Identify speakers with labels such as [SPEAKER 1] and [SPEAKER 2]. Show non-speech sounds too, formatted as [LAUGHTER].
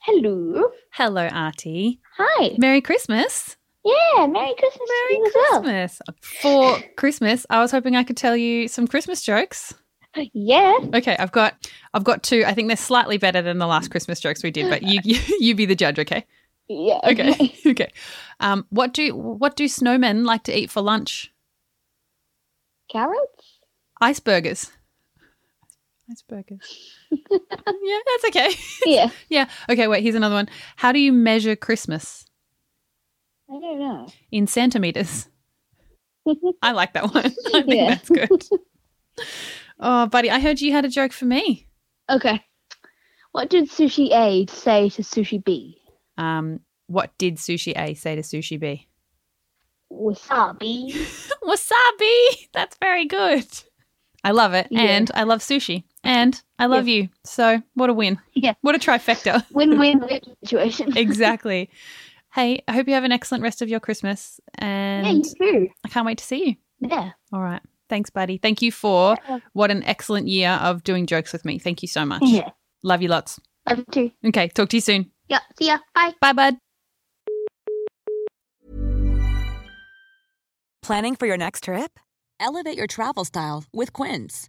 [SPEAKER 1] Hello.
[SPEAKER 2] Hello, Artie.
[SPEAKER 1] Hi.
[SPEAKER 2] Merry Christmas.
[SPEAKER 1] Yeah, Merry Christmas to
[SPEAKER 2] Merry
[SPEAKER 1] you as
[SPEAKER 2] Christmas. For Christmas, I was hoping I could tell you some Christmas jokes.
[SPEAKER 1] well. [GASPS] Yeah.
[SPEAKER 2] Okay, I've got I've got two. I think they're slightly better than the last Christmas jokes we did, but you [LAUGHS] you, you be the judge, okay?
[SPEAKER 1] Yeah.
[SPEAKER 2] Okay. [LAUGHS] Okay. Um what do what do snowmen like to eat for lunch?
[SPEAKER 1] [LAUGHS] Carrots?
[SPEAKER 2] [LAUGHS] Iceburgers. [LAUGHS] Iceburgers. yeah, that's okay.
[SPEAKER 1] Yeah.
[SPEAKER 2] Yeah. Okay, wait, here's another one. How do you measure Christmas?
[SPEAKER 1] I don't know.
[SPEAKER 2] In centimeters. I like that one. [LAUGHS] I think
[SPEAKER 1] Yeah.
[SPEAKER 2] that's good. Oh, buddy, I heard you had a joke for me.
[SPEAKER 1] Okay. What did sushi A say to sushi B?
[SPEAKER 2] Um, what did Sushi A say to Sushi B? [LAUGHS]
[SPEAKER 1] Wasabi.
[SPEAKER 2] Wasabi! That's very good. I love it.
[SPEAKER 1] Yeah.
[SPEAKER 2] And I love sushi. And I love you. So, what a win.
[SPEAKER 1] Yeah.
[SPEAKER 2] What
[SPEAKER 1] [LAUGHS]
[SPEAKER 2] a trifecta.
[SPEAKER 1] Win win win
[SPEAKER 2] [LAUGHS]
[SPEAKER 1] situation.
[SPEAKER 2] exactly. Hey, I hope you have an excellent rest of your Christmas.
[SPEAKER 1] Yeah, you
[SPEAKER 2] And
[SPEAKER 1] too.
[SPEAKER 2] I can't wait to see you.
[SPEAKER 1] Yeah.
[SPEAKER 2] All right. Thanks, buddy. Thank you for
[SPEAKER 1] Yeah.
[SPEAKER 2] what an excellent year of doing jokes with me. Thank you so much.
[SPEAKER 1] Yeah.
[SPEAKER 2] Love you lots.
[SPEAKER 1] Love you too.
[SPEAKER 2] Okay. Talk to you soon.
[SPEAKER 1] Yeah. See ya. Bye.
[SPEAKER 2] Bye, bud.
[SPEAKER 3] Planning for your next trip? Elevate your travel style with Quince.